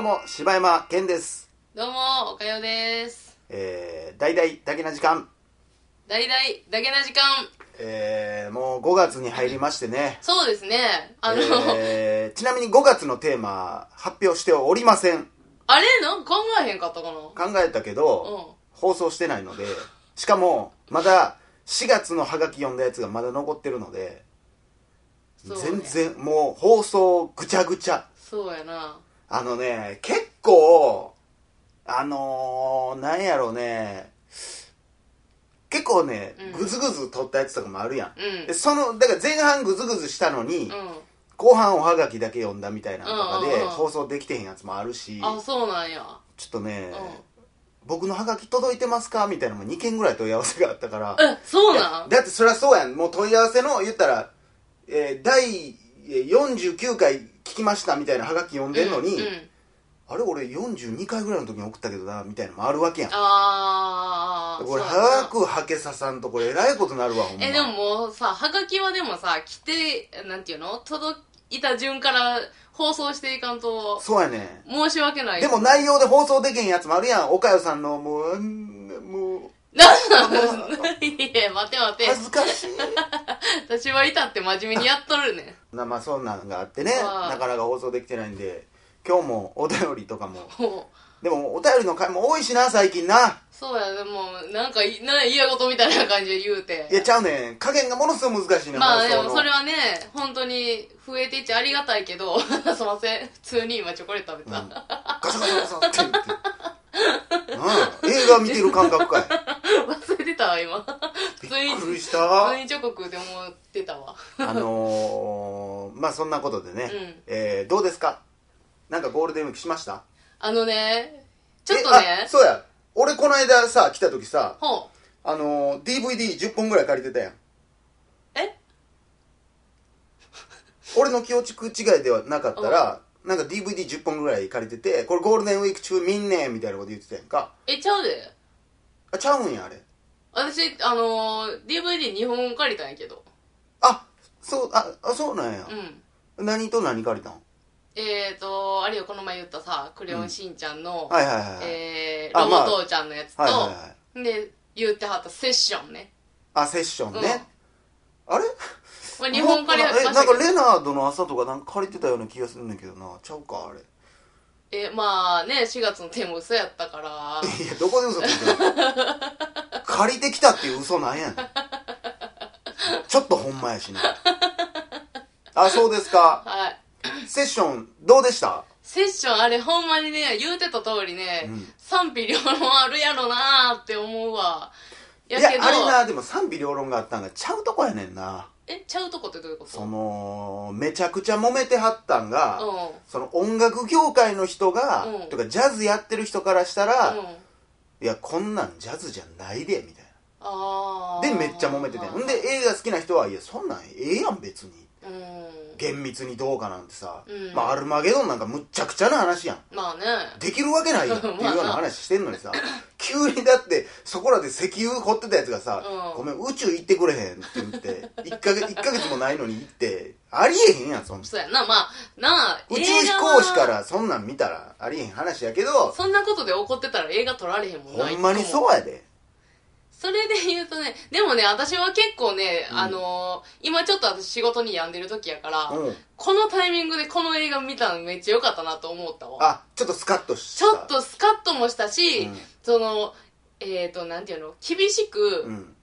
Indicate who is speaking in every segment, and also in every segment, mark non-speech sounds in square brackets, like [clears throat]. Speaker 1: も柴山健です
Speaker 2: どうも、おかよです。
Speaker 1: えー、大々だけな時間
Speaker 2: だいだい、だけな時間。
Speaker 1: えー、もう5月に入りましてね
Speaker 2: そうですね。あの、
Speaker 1: えー、ちなみに5月のテーマ発表しておりません
Speaker 2: あれなん考えへんかったかなうん。
Speaker 1: 考えたけど、放送してないのでしかもまだ4月のハガキ読んだやつがまだ残ってるので、
Speaker 2: そうね
Speaker 1: 全然もう放送ぐちゃぐちゃ
Speaker 2: そうやな。
Speaker 1: あのね結構あのー、なんやろうね結構ね、
Speaker 2: うん
Speaker 1: グズグズ取ったやつとかもあるやん、
Speaker 2: うん
Speaker 1: でそのだから前半グズグズしたのに、
Speaker 2: う
Speaker 1: 後半おはがきだけ読んだみたいなのとか
Speaker 2: うんうん
Speaker 1: で
Speaker 2: うん
Speaker 1: 放送できてへんやつもあるし、
Speaker 2: ん。あ、そうなんや。
Speaker 1: ちょっとね、
Speaker 2: う
Speaker 1: 僕のハガキ届いてますかみたいなのも2件ぐらい問い合わせがあったから、
Speaker 2: ん。え、そうなん
Speaker 1: だってそりゃそうやんもう問い合わせの言ったら、えー第えー49回聞きましたみたいなハガキ読んでんのに、
Speaker 2: うんうん
Speaker 1: あれ俺42回ぐらいの時に送ったけどなみたいなのもあるわけやん
Speaker 2: あー。
Speaker 1: これ
Speaker 2: そうやな
Speaker 1: ハガクハケサさんとこれえらいことなるわほんま
Speaker 2: え、でももうさ、はがきはでもさ、来て、なんていうの届いた順から放送していかんと、
Speaker 1: そうやね
Speaker 2: 申し訳ない。
Speaker 1: でも、内容で放送できへんやつもあるやん岡代さんのもううんもう
Speaker 2: なんなんいや、待て待て。
Speaker 1: 恥ずかしい
Speaker 2: 私はいたって真面目にやっとるね。
Speaker 1: なまあそんなんがあってね
Speaker 2: はい
Speaker 1: なかなか放送できてないんで今日もお便りとかも
Speaker 2: もう。
Speaker 1: でもお便りの回も多いしな最近な
Speaker 2: そうや、でも、なんかい、な、嫌事みたいな感じで言うて。
Speaker 1: いやちゃうねん加減がものすごい難しいね
Speaker 2: まあ
Speaker 1: 放
Speaker 2: で
Speaker 1: 送の
Speaker 2: もそれはね、本当に増えていっちゃありがたいけど、 [laughs] すいません、普通に今チョコレート食べた。
Speaker 1: うんガサガサガサって言ってうん映画見てる感覚かい
Speaker 2: [laughs] 忘れてたわ、今。普
Speaker 1: び
Speaker 2: [laughs] 通に、
Speaker 1: っくり
Speaker 2: 普
Speaker 1: した
Speaker 2: 通にチョコ食うて思ってたわ。 [laughs]
Speaker 1: あのー、まあそんなことでね、
Speaker 2: うん
Speaker 1: えーどうですかなんかゴールデンウィークしました
Speaker 2: あのね、ちょっと
Speaker 1: えあ
Speaker 2: ね、
Speaker 1: そうや俺この間さ来た時さ
Speaker 2: ほう、
Speaker 1: あのー、DVD10 本ぐらい借りてたやん
Speaker 2: え
Speaker 1: 俺の気落ちく違いではなかったらなんか DVD10 本ぐらい借りててこれゴールデンウィーク中見んねんみたいなこと言ってたやんか
Speaker 2: え、ちゃうで。
Speaker 1: あちゃうんやあれ
Speaker 2: 私、あのー、DVD2 本借りたんやけど。
Speaker 1: あそうああそうなんや
Speaker 2: う、ん。
Speaker 1: 何と何借りたん
Speaker 2: えーと、あれよ、この前言ったさ、クレヨンしんちゃんの、
Speaker 1: はいはいはい、
Speaker 2: えー、
Speaker 1: あ
Speaker 2: ロボ
Speaker 1: まあ
Speaker 2: 父ちゃんのやつと、
Speaker 1: はいはいはい
Speaker 2: で言ってはったセッションね、
Speaker 1: あセッションね、あれ
Speaker 2: まあ、日本借りは
Speaker 1: えな
Speaker 2: まし
Speaker 1: ん
Speaker 2: たけ
Speaker 1: か
Speaker 2: ど
Speaker 1: レナードの朝とかなんか借りてたような気がするんだけどなちゃうかあ
Speaker 2: [laughs]
Speaker 1: れ
Speaker 2: えまあね4月のテーマ嘘やったから
Speaker 1: いやどこで嘘ついてる借りてきたっていう嘘なんやねんちょっとほんまやしなあそうですか
Speaker 2: はい
Speaker 1: セッションどうでした
Speaker 2: セッションあれほんまにね言うてた通りね、
Speaker 1: うん
Speaker 2: 賛否両論あるやろなーって思うわや
Speaker 1: いや
Speaker 2: けど
Speaker 1: あれなでも賛否両論があったんがちゃうとこやねんな
Speaker 2: えちゃうとこってどういうこと
Speaker 1: そのめちゃくちゃ揉めてはったんが、
Speaker 2: うん
Speaker 1: その音楽業界の人が、
Speaker 2: うん
Speaker 1: とかジャズやってる人からしたら、
Speaker 2: うん
Speaker 1: いやこんなんジャズじゃないでみたい
Speaker 2: あ
Speaker 1: な
Speaker 2: ー
Speaker 1: でめっちゃ揉めてて
Speaker 2: うん
Speaker 1: ほんで映画好きな人はいやそんなんええやん別に
Speaker 2: うん
Speaker 1: 厳密にどうかなんてさ、
Speaker 2: うん
Speaker 1: まあ、アルマゲドンなんかむっちゃくちゃな話やん
Speaker 2: まあね
Speaker 1: できるわけないや
Speaker 2: [laughs]
Speaker 1: んっていうような話してんのにさ [laughs] 急にだってそこらで石油掘ってたやつがさ「
Speaker 2: う
Speaker 1: ご
Speaker 2: ん
Speaker 1: めん宇宙行ってくれへん」って言って1か月1ヶ月もないのに行ってありえへんやんそんな
Speaker 2: そうやなまあなあ
Speaker 1: 宇宙
Speaker 2: 映
Speaker 1: 飛
Speaker 2: 画は
Speaker 1: 行士からそんなん見たらありえへん話やけど
Speaker 2: そんなことで怒ってたら映画撮られへんもんな
Speaker 1: ほんまに
Speaker 2: 一個も
Speaker 1: そうやで
Speaker 2: それで言うとね、でもね、私は結構ね、
Speaker 1: うん
Speaker 2: あのー今ちょっと私仕事に病んでる時やから、
Speaker 1: うん
Speaker 2: このタイミングでこの映画見たのめっちゃ良かったなと思ったわ。
Speaker 1: あちょっとスカッとし
Speaker 2: ち
Speaker 1: た
Speaker 2: ょっとスカッともした
Speaker 1: う
Speaker 2: し、
Speaker 1: ん
Speaker 2: その、えっ、と、なんていうの、厳し
Speaker 1: う
Speaker 2: く
Speaker 1: ん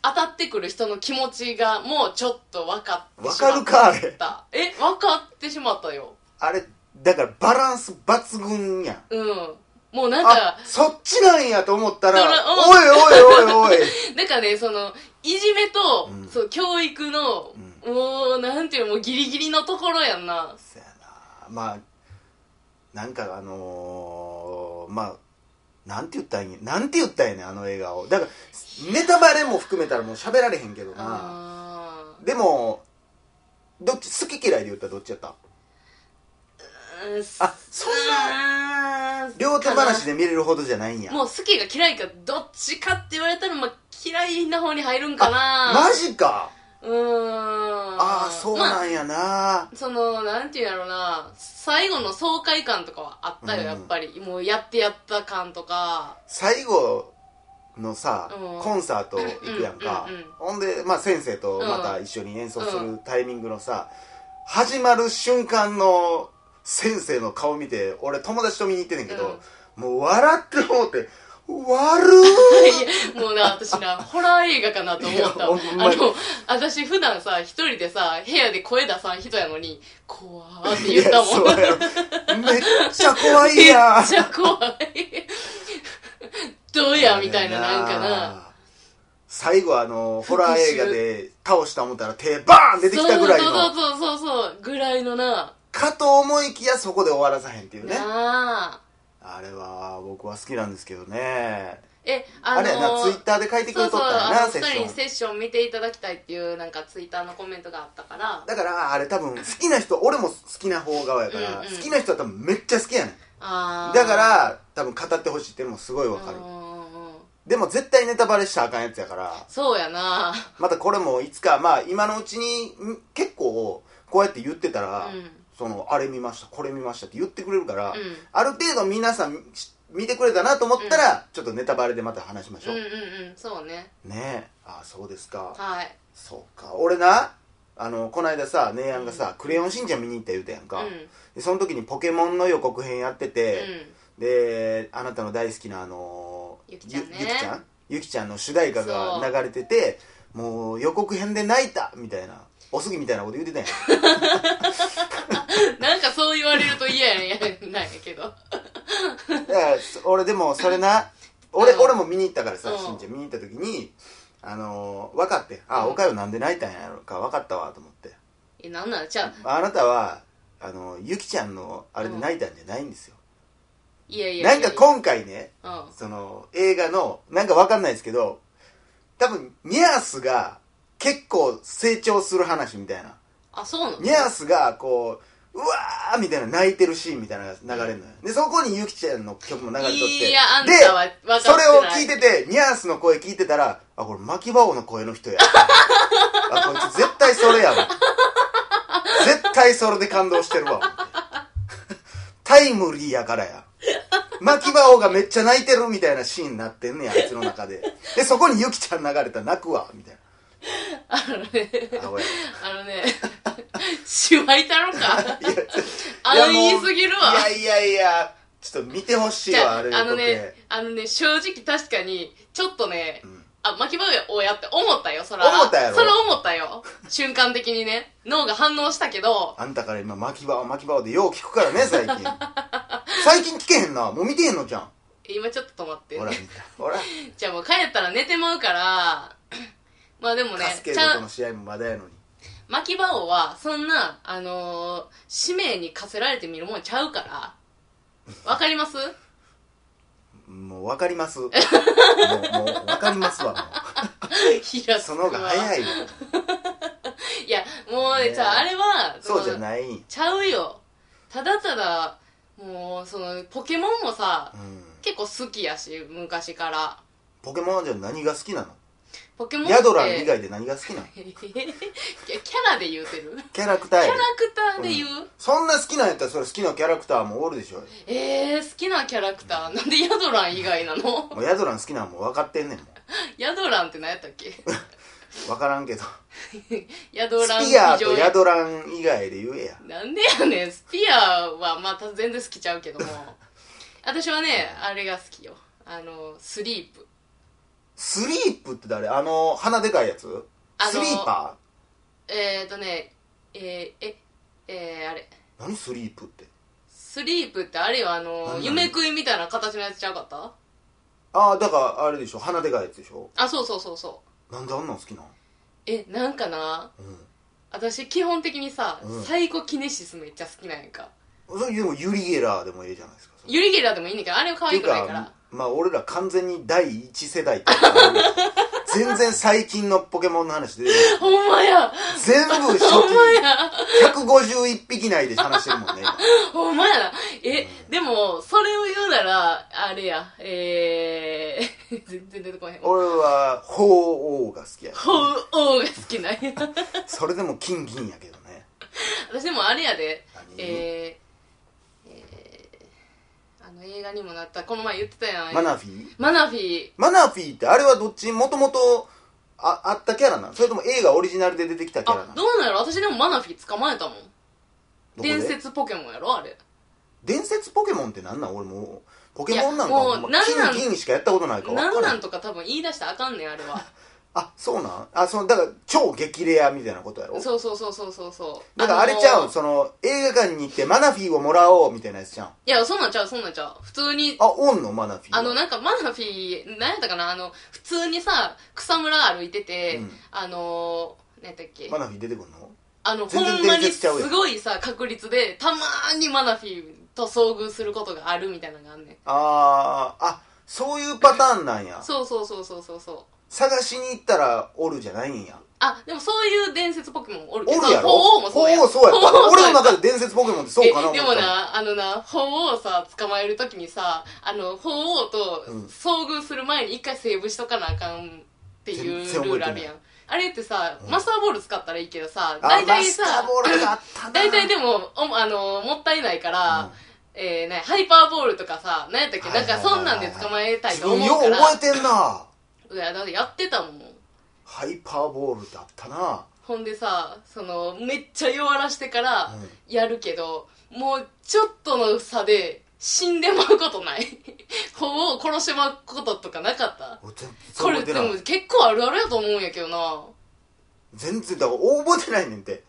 Speaker 2: 当たってくる人の気持ちがもうちょっと分かって
Speaker 1: わ
Speaker 2: しま
Speaker 1: か
Speaker 2: った。
Speaker 1: るかあれ
Speaker 2: え、分かってしまったよ。
Speaker 1: あれだからバランス抜群やん
Speaker 2: うん。もうなん
Speaker 1: あ
Speaker 2: か、
Speaker 1: そっちなんやと思ったら
Speaker 2: それ
Speaker 1: おいおいおいおい
Speaker 2: [laughs] なんかね、その、いじめと、
Speaker 1: うん
Speaker 2: そう、教育の、もう、なんていうの、もうギリギリのところやんな。
Speaker 1: そやなまあなんかあのー、まあなんて言ったらいいんやなんて言ったらいいねんあの映画をだからネタバレも含めたらもう喋られへんけどな
Speaker 2: あ
Speaker 1: でもどっち好き嫌いで言ったらどっちやった
Speaker 2: ーうん
Speaker 1: あそんな
Speaker 2: な
Speaker 1: 両手話で見れるほどじゃないんや
Speaker 2: もう好きが嫌いかどっちかって言われたら、まあ、嫌いな方に入るんかな
Speaker 1: あマジか
Speaker 2: うーん
Speaker 1: ああそう
Speaker 2: まあ
Speaker 1: なんやな、
Speaker 2: そのなんていうんやろうな最後の爽快感とかはあったよ、
Speaker 1: うん
Speaker 2: やっぱりもうやってやった感とか
Speaker 1: 最後のさ、
Speaker 2: うん
Speaker 1: コンサート行くやんか、
Speaker 2: うんうんうん
Speaker 1: ほんで、まあ、先生とまた一緒に演奏するタイミングのさ、始まる瞬間の先生の顔見て俺友達と見に行ってんねんけど、もう笑って思って「悪ー!」
Speaker 2: い [laughs] やもうな私なホラー映画かなと思った
Speaker 1: いやほんま
Speaker 2: あ
Speaker 1: に
Speaker 2: の私普段さ一人でさ部屋で声出さん人やのに怖ーって言ったもん
Speaker 1: いやそうやろめっちゃ怖い
Speaker 2: めっ
Speaker 1: やん
Speaker 2: ちゃ怖いどうやみたいななんかな
Speaker 1: 最後あのホラー映画で倒した思ったら手バーン出てきたぐらい
Speaker 2: そう
Speaker 1: の
Speaker 2: そうそうそうそうぐらいのな、
Speaker 1: かと思いきやそこで終わらさへんっていうね
Speaker 2: なあ
Speaker 1: あれは僕は好きなんですけどね
Speaker 2: えあの
Speaker 1: あれやなツイッターで書いてく
Speaker 2: そ
Speaker 1: れ
Speaker 2: う
Speaker 1: と
Speaker 2: そ
Speaker 1: っ
Speaker 2: う
Speaker 1: たら
Speaker 2: あ
Speaker 1: な
Speaker 2: の
Speaker 1: セッショ
Speaker 2: 2人に
Speaker 1: ン
Speaker 2: セッション見ていただきたいっていうなんかツイッターのコメントがあったから
Speaker 1: だからあれ多分好きな人俺も好きな方側やから
Speaker 2: うんうん
Speaker 1: 好きな人は多分めっちゃ好きやねん
Speaker 2: あー
Speaker 1: だから多分語ってほしいっていうのもすごいわかる
Speaker 2: うんうんうん
Speaker 1: でも絶対ネタバレしたらあかんやつやから
Speaker 2: そうやな
Speaker 1: またこれもいつかまあ今のうちにん結構こうやって言ってたら、
Speaker 2: うん
Speaker 1: そのあれ見ましたこれ見ましたって言ってくれるから、
Speaker 2: うん
Speaker 1: ある程度皆さんし見てくれたなと思ったら、ちょっとネタバレでまた話しまし
Speaker 2: う
Speaker 1: ょ
Speaker 2: ん
Speaker 1: う、
Speaker 2: うんうんそうね
Speaker 1: ねえああそうですか、
Speaker 2: はい
Speaker 1: そうか俺なあのこの間さ姉やんがさ、クレヨンしんちゃん」見に行った言うたやんか、
Speaker 2: うん
Speaker 1: でその時にポケモンの予告編やってて、
Speaker 2: うん
Speaker 1: であなたの大好きなあの
Speaker 2: ゆきちゃんね
Speaker 1: ゆゆきちゃんゆきちゃんの主題歌が流れててもう予告編で泣いたみたいなおすぎみたいなこと言うてたやん
Speaker 2: [laughs] なん [laughs] かそう言われると嫌やねんなんやけど [laughs]
Speaker 1: だからそ俺でもそれな俺,、
Speaker 2: うん
Speaker 1: 俺も見に行ったからさ、
Speaker 2: うん
Speaker 1: しんちゃん見に行った時にあのー分かってあ、
Speaker 2: うん
Speaker 1: おかよなんで泣いたんやろか分かったわと思って
Speaker 2: えなんなのじゃあ
Speaker 1: あなたはあのゆきちゃんのあれで泣いたんじゃないんですよ、
Speaker 2: いやいや
Speaker 1: ないん
Speaker 2: や
Speaker 1: か今回ね
Speaker 2: うん
Speaker 1: その映画のなんかわかんないですけど多分ニャースが結構成長する話みたいな
Speaker 2: あそうなの
Speaker 1: ニャースがこううわーみたいな泣いてるシーンみたいなのが流れるのよでそこにゆきちゃんの曲も流れとって
Speaker 2: いやあんたは分
Speaker 1: で
Speaker 2: かって
Speaker 1: そ
Speaker 2: ない
Speaker 1: れを聞いててニャースの声聞いてたらあこれ牧場王の声の人
Speaker 2: [laughs]
Speaker 1: やあこいつ絶対それやわ絶対それで感動してるわ思ってタイムリーやからや牧場王がめっちゃ泣いてるみたいなシーンになってんねんあいつの中ででそこにゆきちゃん流れたら泣くわみたい
Speaker 2: あのね [laughs]
Speaker 1: なあおや
Speaker 2: あのねしわいたろ
Speaker 1: [laughs]
Speaker 2: か
Speaker 1: いや
Speaker 2: あ
Speaker 1: いや
Speaker 2: の
Speaker 1: もう
Speaker 2: 言いすぎるわ
Speaker 1: いやいやいやちょっと見てほしい
Speaker 2: じゃ
Speaker 1: わ
Speaker 2: あ
Speaker 1: あれ
Speaker 2: あのねあのね正直確かにちょっとね、
Speaker 1: ん
Speaker 2: あ巻き場をやって思ったよそれ
Speaker 1: 思ったやろ
Speaker 2: それ思ったよ瞬間的にね脳が反応したけど
Speaker 1: あんたから今巻き場巻き場でよう聞く
Speaker 2: [laughs]
Speaker 1: からね最近最近聞けへんなもう見てへんのじゃん
Speaker 2: 今ちょっと止まって
Speaker 1: ほら見たほら
Speaker 2: [laughs] じゃあもう帰ったら寝てまうから [clears throat] まあでもね
Speaker 1: カスケ
Speaker 2: ち
Speaker 1: ー
Speaker 2: ゃ
Speaker 1: ドと
Speaker 2: ん
Speaker 1: の試合もまだやのに
Speaker 2: 巻き場王はそんなあのー使命に課せられてみるもんちゃうからわかります
Speaker 1: [laughs] もう分かります
Speaker 2: [laughs]
Speaker 1: もうもう分かりますわも
Speaker 2: 平
Speaker 1: う
Speaker 2: 瀬
Speaker 1: そ
Speaker 2: 君
Speaker 1: の
Speaker 2: は
Speaker 1: 方が早いわ
Speaker 2: いやもうね
Speaker 1: ね
Speaker 2: じゃああれは
Speaker 1: そうじ
Speaker 2: の
Speaker 1: ゃないん
Speaker 2: ちゃうよただただもうそのポケモンもさ
Speaker 1: うん
Speaker 2: 結構好きやし昔から
Speaker 1: ポケモンはじゃあ何が好きなの
Speaker 2: ポケモンって
Speaker 1: ヤドラン以外で何が好きなの
Speaker 2: [laughs] キャキャラで言うてる
Speaker 1: キャラクター
Speaker 2: キャ
Speaker 1: や
Speaker 2: ラ
Speaker 1: で
Speaker 2: クターで言う、
Speaker 1: そんな好きなんやったらそれ好きなキャラクターもおるでしょ
Speaker 2: えー、好きなキャラクターなんでヤドラン以外なの
Speaker 1: もうヤドラン好きなんもう分かってんねんも
Speaker 2: ヤドランって何やったっけ
Speaker 1: う分からんけど
Speaker 2: ヤド
Speaker 1: ス
Speaker 2: ラン
Speaker 1: ピアーと
Speaker 2: 非
Speaker 1: ヤ
Speaker 2: 常
Speaker 1: ドラン以外で言えや
Speaker 2: になんでやねんスピアはまた全然好きちゃう
Speaker 1: [laughs]
Speaker 2: けども私はねあれが好きよあのスリープ
Speaker 1: スリープって誰あの鼻でかいやつ
Speaker 2: あの
Speaker 1: スリーパ
Speaker 2: えっ、ー、とねえー、ええー、あれ
Speaker 1: ー何スリープって
Speaker 2: スリープってあれよあの
Speaker 1: 何
Speaker 2: 夢食いみたいな形のやつちゃうかった
Speaker 1: ああだからあれでしょ鼻でかいやつでしょ
Speaker 2: あそうそうそうそう
Speaker 1: なんであんなん好きなん
Speaker 2: えなんかな
Speaker 1: う
Speaker 2: 私基本的にさ、
Speaker 1: うん
Speaker 2: サイコキネシスめっちゃ好きなんやんか
Speaker 1: んそれでもユリゲラーでもええじゃないですか
Speaker 2: ユリゲラーでもいいねんだけどあれは可
Speaker 1: っていう
Speaker 2: 愛くないから
Speaker 1: かまあ俺ら完全に第一世代っていう
Speaker 2: [laughs]
Speaker 1: か全然最近のポケモンの話で
Speaker 2: ほんまや
Speaker 1: 全部初
Speaker 2: ほんまや
Speaker 1: 期151匹内で話してるもんね今
Speaker 2: [laughs] ほんまやなえ、でもそれを言うならあれやえー [laughs] 全然出てこへん。
Speaker 1: 俺は鳳凰が好きや
Speaker 2: ほう、おうが好きなんや。 [laughs]
Speaker 1: それでも金銀やけどね
Speaker 2: 私でもあれやで
Speaker 1: 何
Speaker 2: えー、えー、あの映画にもなったこの前言ってたやん
Speaker 1: マナフィー
Speaker 2: マナフィ
Speaker 1: マナフィーってあれはどっちもともとああったキャラなのそれとも映画オリジナルで出てきたキャラ
Speaker 2: あ
Speaker 1: なの
Speaker 2: どうなんやろ私でもマナフィ捕まえたもん
Speaker 1: どこで
Speaker 2: 伝説ポケモンやろあれ
Speaker 1: 伝説ポケモンってなんなん俺もうポケモンなんか
Speaker 2: いやもう
Speaker 1: ほんま
Speaker 2: なんなん
Speaker 1: 金銀しかやったことないから分
Speaker 2: な
Speaker 1: か
Speaker 2: ん
Speaker 1: ら
Speaker 2: なんんとか多分言い出したらあかんねんあれ
Speaker 1: [laughs]
Speaker 2: は
Speaker 1: あそうなんあそのだから超激レアみたいなことやろ
Speaker 2: そうそうそうそうそうそう
Speaker 1: だからあれちゃ
Speaker 2: の
Speaker 1: うんその映画館に行ってマナフィーをもらおうみたいなやつちゃうん
Speaker 2: いやそんなんちゃうそんなんちゃう普通に
Speaker 1: あオンのマナフィーは
Speaker 2: あのなんかマナフィ何やったかなあの普通にさ草むら歩いてて、
Speaker 1: うん
Speaker 2: あのー何やったっけ
Speaker 1: マナフィー出てくんの
Speaker 2: あのほ
Speaker 1: 全然
Speaker 2: んま
Speaker 1: 伝
Speaker 2: に
Speaker 1: 説ち
Speaker 2: す
Speaker 1: ゃうやん
Speaker 2: ごいさ確率でたまーにマナフィーと遭遇することがあるみたいなのがあんねん
Speaker 1: あーあそういうパターンなんや
Speaker 2: そうそうそうそうそうそう
Speaker 1: 探しに行ったらおるじゃないんや
Speaker 2: あでもそういう伝説ポケモンおるけど
Speaker 1: おるやろ
Speaker 2: 鳳凰もそうや
Speaker 1: 鳳凰そうやった
Speaker 2: 鳳
Speaker 1: [laughs]
Speaker 2: 凰
Speaker 1: 俺
Speaker 2: そ
Speaker 1: の
Speaker 2: うやった
Speaker 1: 中で伝説ポケモンってそうかな
Speaker 2: え
Speaker 1: 思
Speaker 2: で
Speaker 1: っ
Speaker 2: も
Speaker 1: た
Speaker 2: なあのな鳳凰さ捕まえるときにさあの鳳凰と
Speaker 1: うん
Speaker 2: 遭遇する前に一回セーブしとかなあかんっていう
Speaker 1: 全然
Speaker 2: ルー
Speaker 1: 覚えて
Speaker 2: ル
Speaker 1: な
Speaker 2: あ
Speaker 1: い
Speaker 2: るやんあれってさ
Speaker 1: うん
Speaker 2: マスターボール使ったらいいけどさ
Speaker 1: あ
Speaker 2: 大体
Speaker 1: マスタ
Speaker 2: さ
Speaker 1: ーボールがあったな
Speaker 2: 大体でもおあのもったいないから、
Speaker 1: うん
Speaker 2: えーね、ハイパーボールとかさ、何やったっけ、
Speaker 1: はい
Speaker 2: なん
Speaker 1: はいはい
Speaker 2: かそんなんで捕まえたい
Speaker 1: 自
Speaker 2: と
Speaker 1: 分
Speaker 2: 思
Speaker 1: よ
Speaker 2: うか
Speaker 1: う
Speaker 2: ら。
Speaker 1: 覚えてんない
Speaker 2: や、だってやってたもん。
Speaker 1: ハイパーボールだったな
Speaker 2: ほんでさ、その、めっちゃ弱らしてから
Speaker 1: うん
Speaker 2: やるけど、もうちょっとの差で死んでまうことない。 [laughs] 法を殺してまうこととかなかった
Speaker 1: 俺全
Speaker 2: こ
Speaker 1: 然覚
Speaker 2: れ
Speaker 1: えて
Speaker 2: で
Speaker 1: な
Speaker 2: も
Speaker 1: い
Speaker 2: 結構あるあるやと思うんやけどな。
Speaker 1: 全然だから覚えてないねんて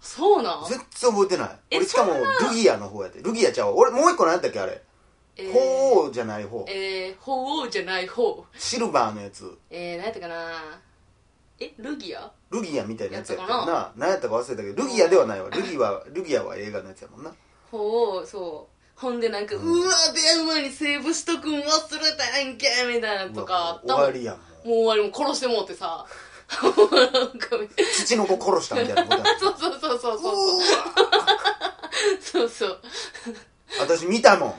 Speaker 2: そうなん
Speaker 1: 全然覚えてない
Speaker 2: え
Speaker 1: 俺しかもルギアの方やってルギアちゃうわ俺もう一個何やったっけあれ
Speaker 2: えー
Speaker 1: 鳳凰じゃない方
Speaker 2: えー、法王じゃない方。
Speaker 1: シルバーのやつ
Speaker 2: えー、何やったかなえ、ルギア
Speaker 1: ルギアみたいなやつやった
Speaker 2: や
Speaker 1: よ
Speaker 2: つか
Speaker 1: な何やったか忘れたけどルギアではないわルギアはルギアは映画のやつやもんな
Speaker 2: ほうそうほんでなんか、う
Speaker 1: うん
Speaker 2: わ出会う前にセーブしとくん忘れたやんけみたいなのとかあっ
Speaker 1: う
Speaker 2: た
Speaker 1: わ終わ
Speaker 2: もんもう
Speaker 1: りやんもう
Speaker 2: 終わりもう殺してもうてさ [laughs] もうなんか
Speaker 1: 父の子殺したみたいなことやもん
Speaker 2: [laughs] そうそうそうそうそう
Speaker 1: うわ
Speaker 2: そうそう
Speaker 1: 私見たもん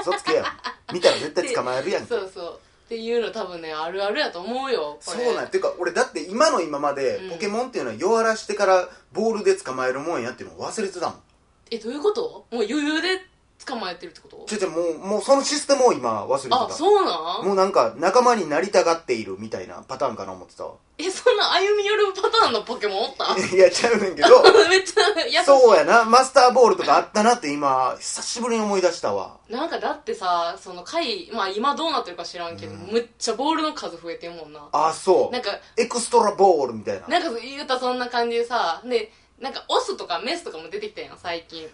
Speaker 1: 嘘つけや見たら絶対捕まえるやんけ
Speaker 2: そうそうっていうの多分ねあるあるやと思うよこれ
Speaker 1: そうなんやてか俺だって今の今まで
Speaker 2: うん
Speaker 1: ポケモンっていうのは弱らしてからボールで捕まえるもんやっていうのを忘れてたもん
Speaker 2: えどういうこともう余裕で捕まえてるってこと
Speaker 1: ちょちょもうもうそのシステムを今忘れて
Speaker 2: あ
Speaker 1: た
Speaker 2: そうなん
Speaker 1: もうなんか仲間になりたがっているみたいなパターンかな思ってたわ
Speaker 2: えそんな歩み寄るパターンのポケモンおった
Speaker 1: [laughs] いやちゃうねんけど
Speaker 2: [laughs] めっちゃ優しい
Speaker 1: そうやなマスターボールとかあったなって今久しぶりに思い出したわ
Speaker 2: なんかだってさその回、まあ、今どうなってるか知らんけど、
Speaker 1: うん
Speaker 2: むっちゃボールの数増えてんもんな
Speaker 1: あそ
Speaker 2: なんか
Speaker 1: うエクストラボールみたいな
Speaker 2: なんか言うたらそんな感じでさでなんかオスとかメスとかも出てきたやん最近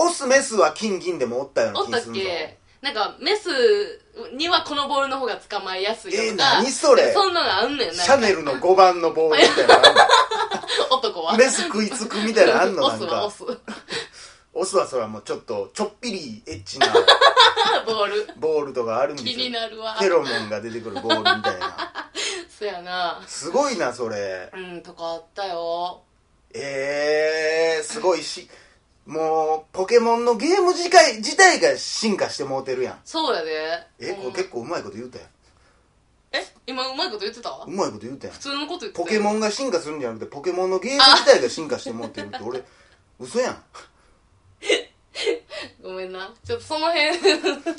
Speaker 1: オスメスは金銀でもおったよう
Speaker 2: お
Speaker 1: な気が
Speaker 2: ったっ
Speaker 1: すんぞ
Speaker 2: けなんかメスにはこのボールの方が捕まえやすいよ
Speaker 1: えー
Speaker 2: とか、
Speaker 1: 何それ
Speaker 2: そんなのあんねんなん
Speaker 1: シ
Speaker 2: か
Speaker 1: ャネルの5番のボールみたいなのあん
Speaker 2: 男は [laughs]
Speaker 1: のメス食いつくみたいなのあんの
Speaker 2: オ
Speaker 1: なん
Speaker 2: スはオ
Speaker 1: か
Speaker 2: ス
Speaker 1: オスはそれはもうちょっとちょっぴりエッチな
Speaker 2: ボール
Speaker 1: ボールとかあるんです
Speaker 2: 気に
Speaker 1: よ
Speaker 2: なるわ
Speaker 1: フェロモンが出てくるボールみたいな
Speaker 2: そやな
Speaker 1: すごいなそれ
Speaker 2: うんとかあったよ
Speaker 1: ええー、すごいしもうポケモンのゲーム自体自体が進化してもうてるやん
Speaker 2: そうやで
Speaker 1: えこれ結構うまいこと言うたやん
Speaker 2: え今うまいこと言ってた
Speaker 1: うまいこと言うたやん
Speaker 2: 普通のこと言ってた
Speaker 1: ポケ
Speaker 2: よ
Speaker 1: モンが進化するんじゃなくてポケモンのゲーム自体が進化してもうてるって俺嘘やん
Speaker 2: ごめんな。ちょっとその辺、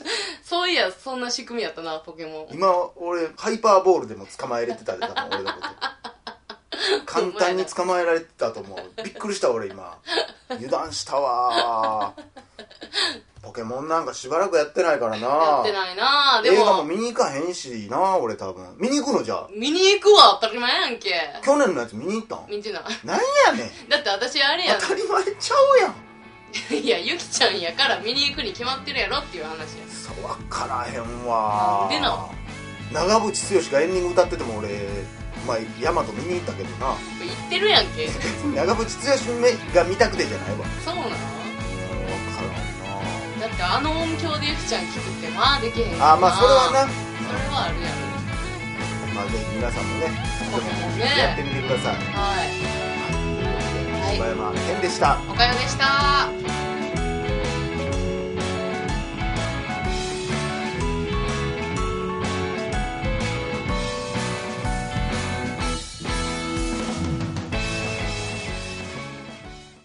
Speaker 2: [laughs] そういや、そんな仕組みやったな、ポケモン。
Speaker 1: 今俺ハイパーボールでも捕まえれてたで多分俺のこと簡単に捕まえられてたと思うびっくりした俺今油断した
Speaker 2: [laughs]
Speaker 1: わポケモンなんかしばらくやってないから
Speaker 2: や
Speaker 1: な
Speaker 2: ってないなで
Speaker 1: 映画も
Speaker 2: も、
Speaker 1: 見に行かへんしな俺多分見に行くのじゃあ
Speaker 2: 見に行くわ、当たり前やんけ。
Speaker 1: 去年のやつ見に行ったん
Speaker 2: 見てない。
Speaker 1: なんやねん
Speaker 2: だって私あれや
Speaker 1: 当たり前ちゃうやん
Speaker 2: ん。 [laughs] いや、ゆきちゃんやから見に行くに決まってるやろっていう話や。
Speaker 1: そう分からへんわ
Speaker 2: なんでなん
Speaker 1: 長渕剛がエンディング歌ってても俺まあヤマト見に行ったけどな
Speaker 2: 言ってるやんけ。
Speaker 1: 長渕剛が見たくてじゃないわ
Speaker 2: そうなの
Speaker 1: 分からん
Speaker 2: だってあの音響でゆきちゃん聞くって、まあできへん
Speaker 1: なあまあそれはな
Speaker 2: な。それはあるやろ。
Speaker 1: まあぜひ皆さんもね
Speaker 2: ポケモン
Speaker 1: やって
Speaker 2: ね。
Speaker 1: みてください
Speaker 2: はい。はい。
Speaker 1: 柴山健でした
Speaker 2: おかよでした。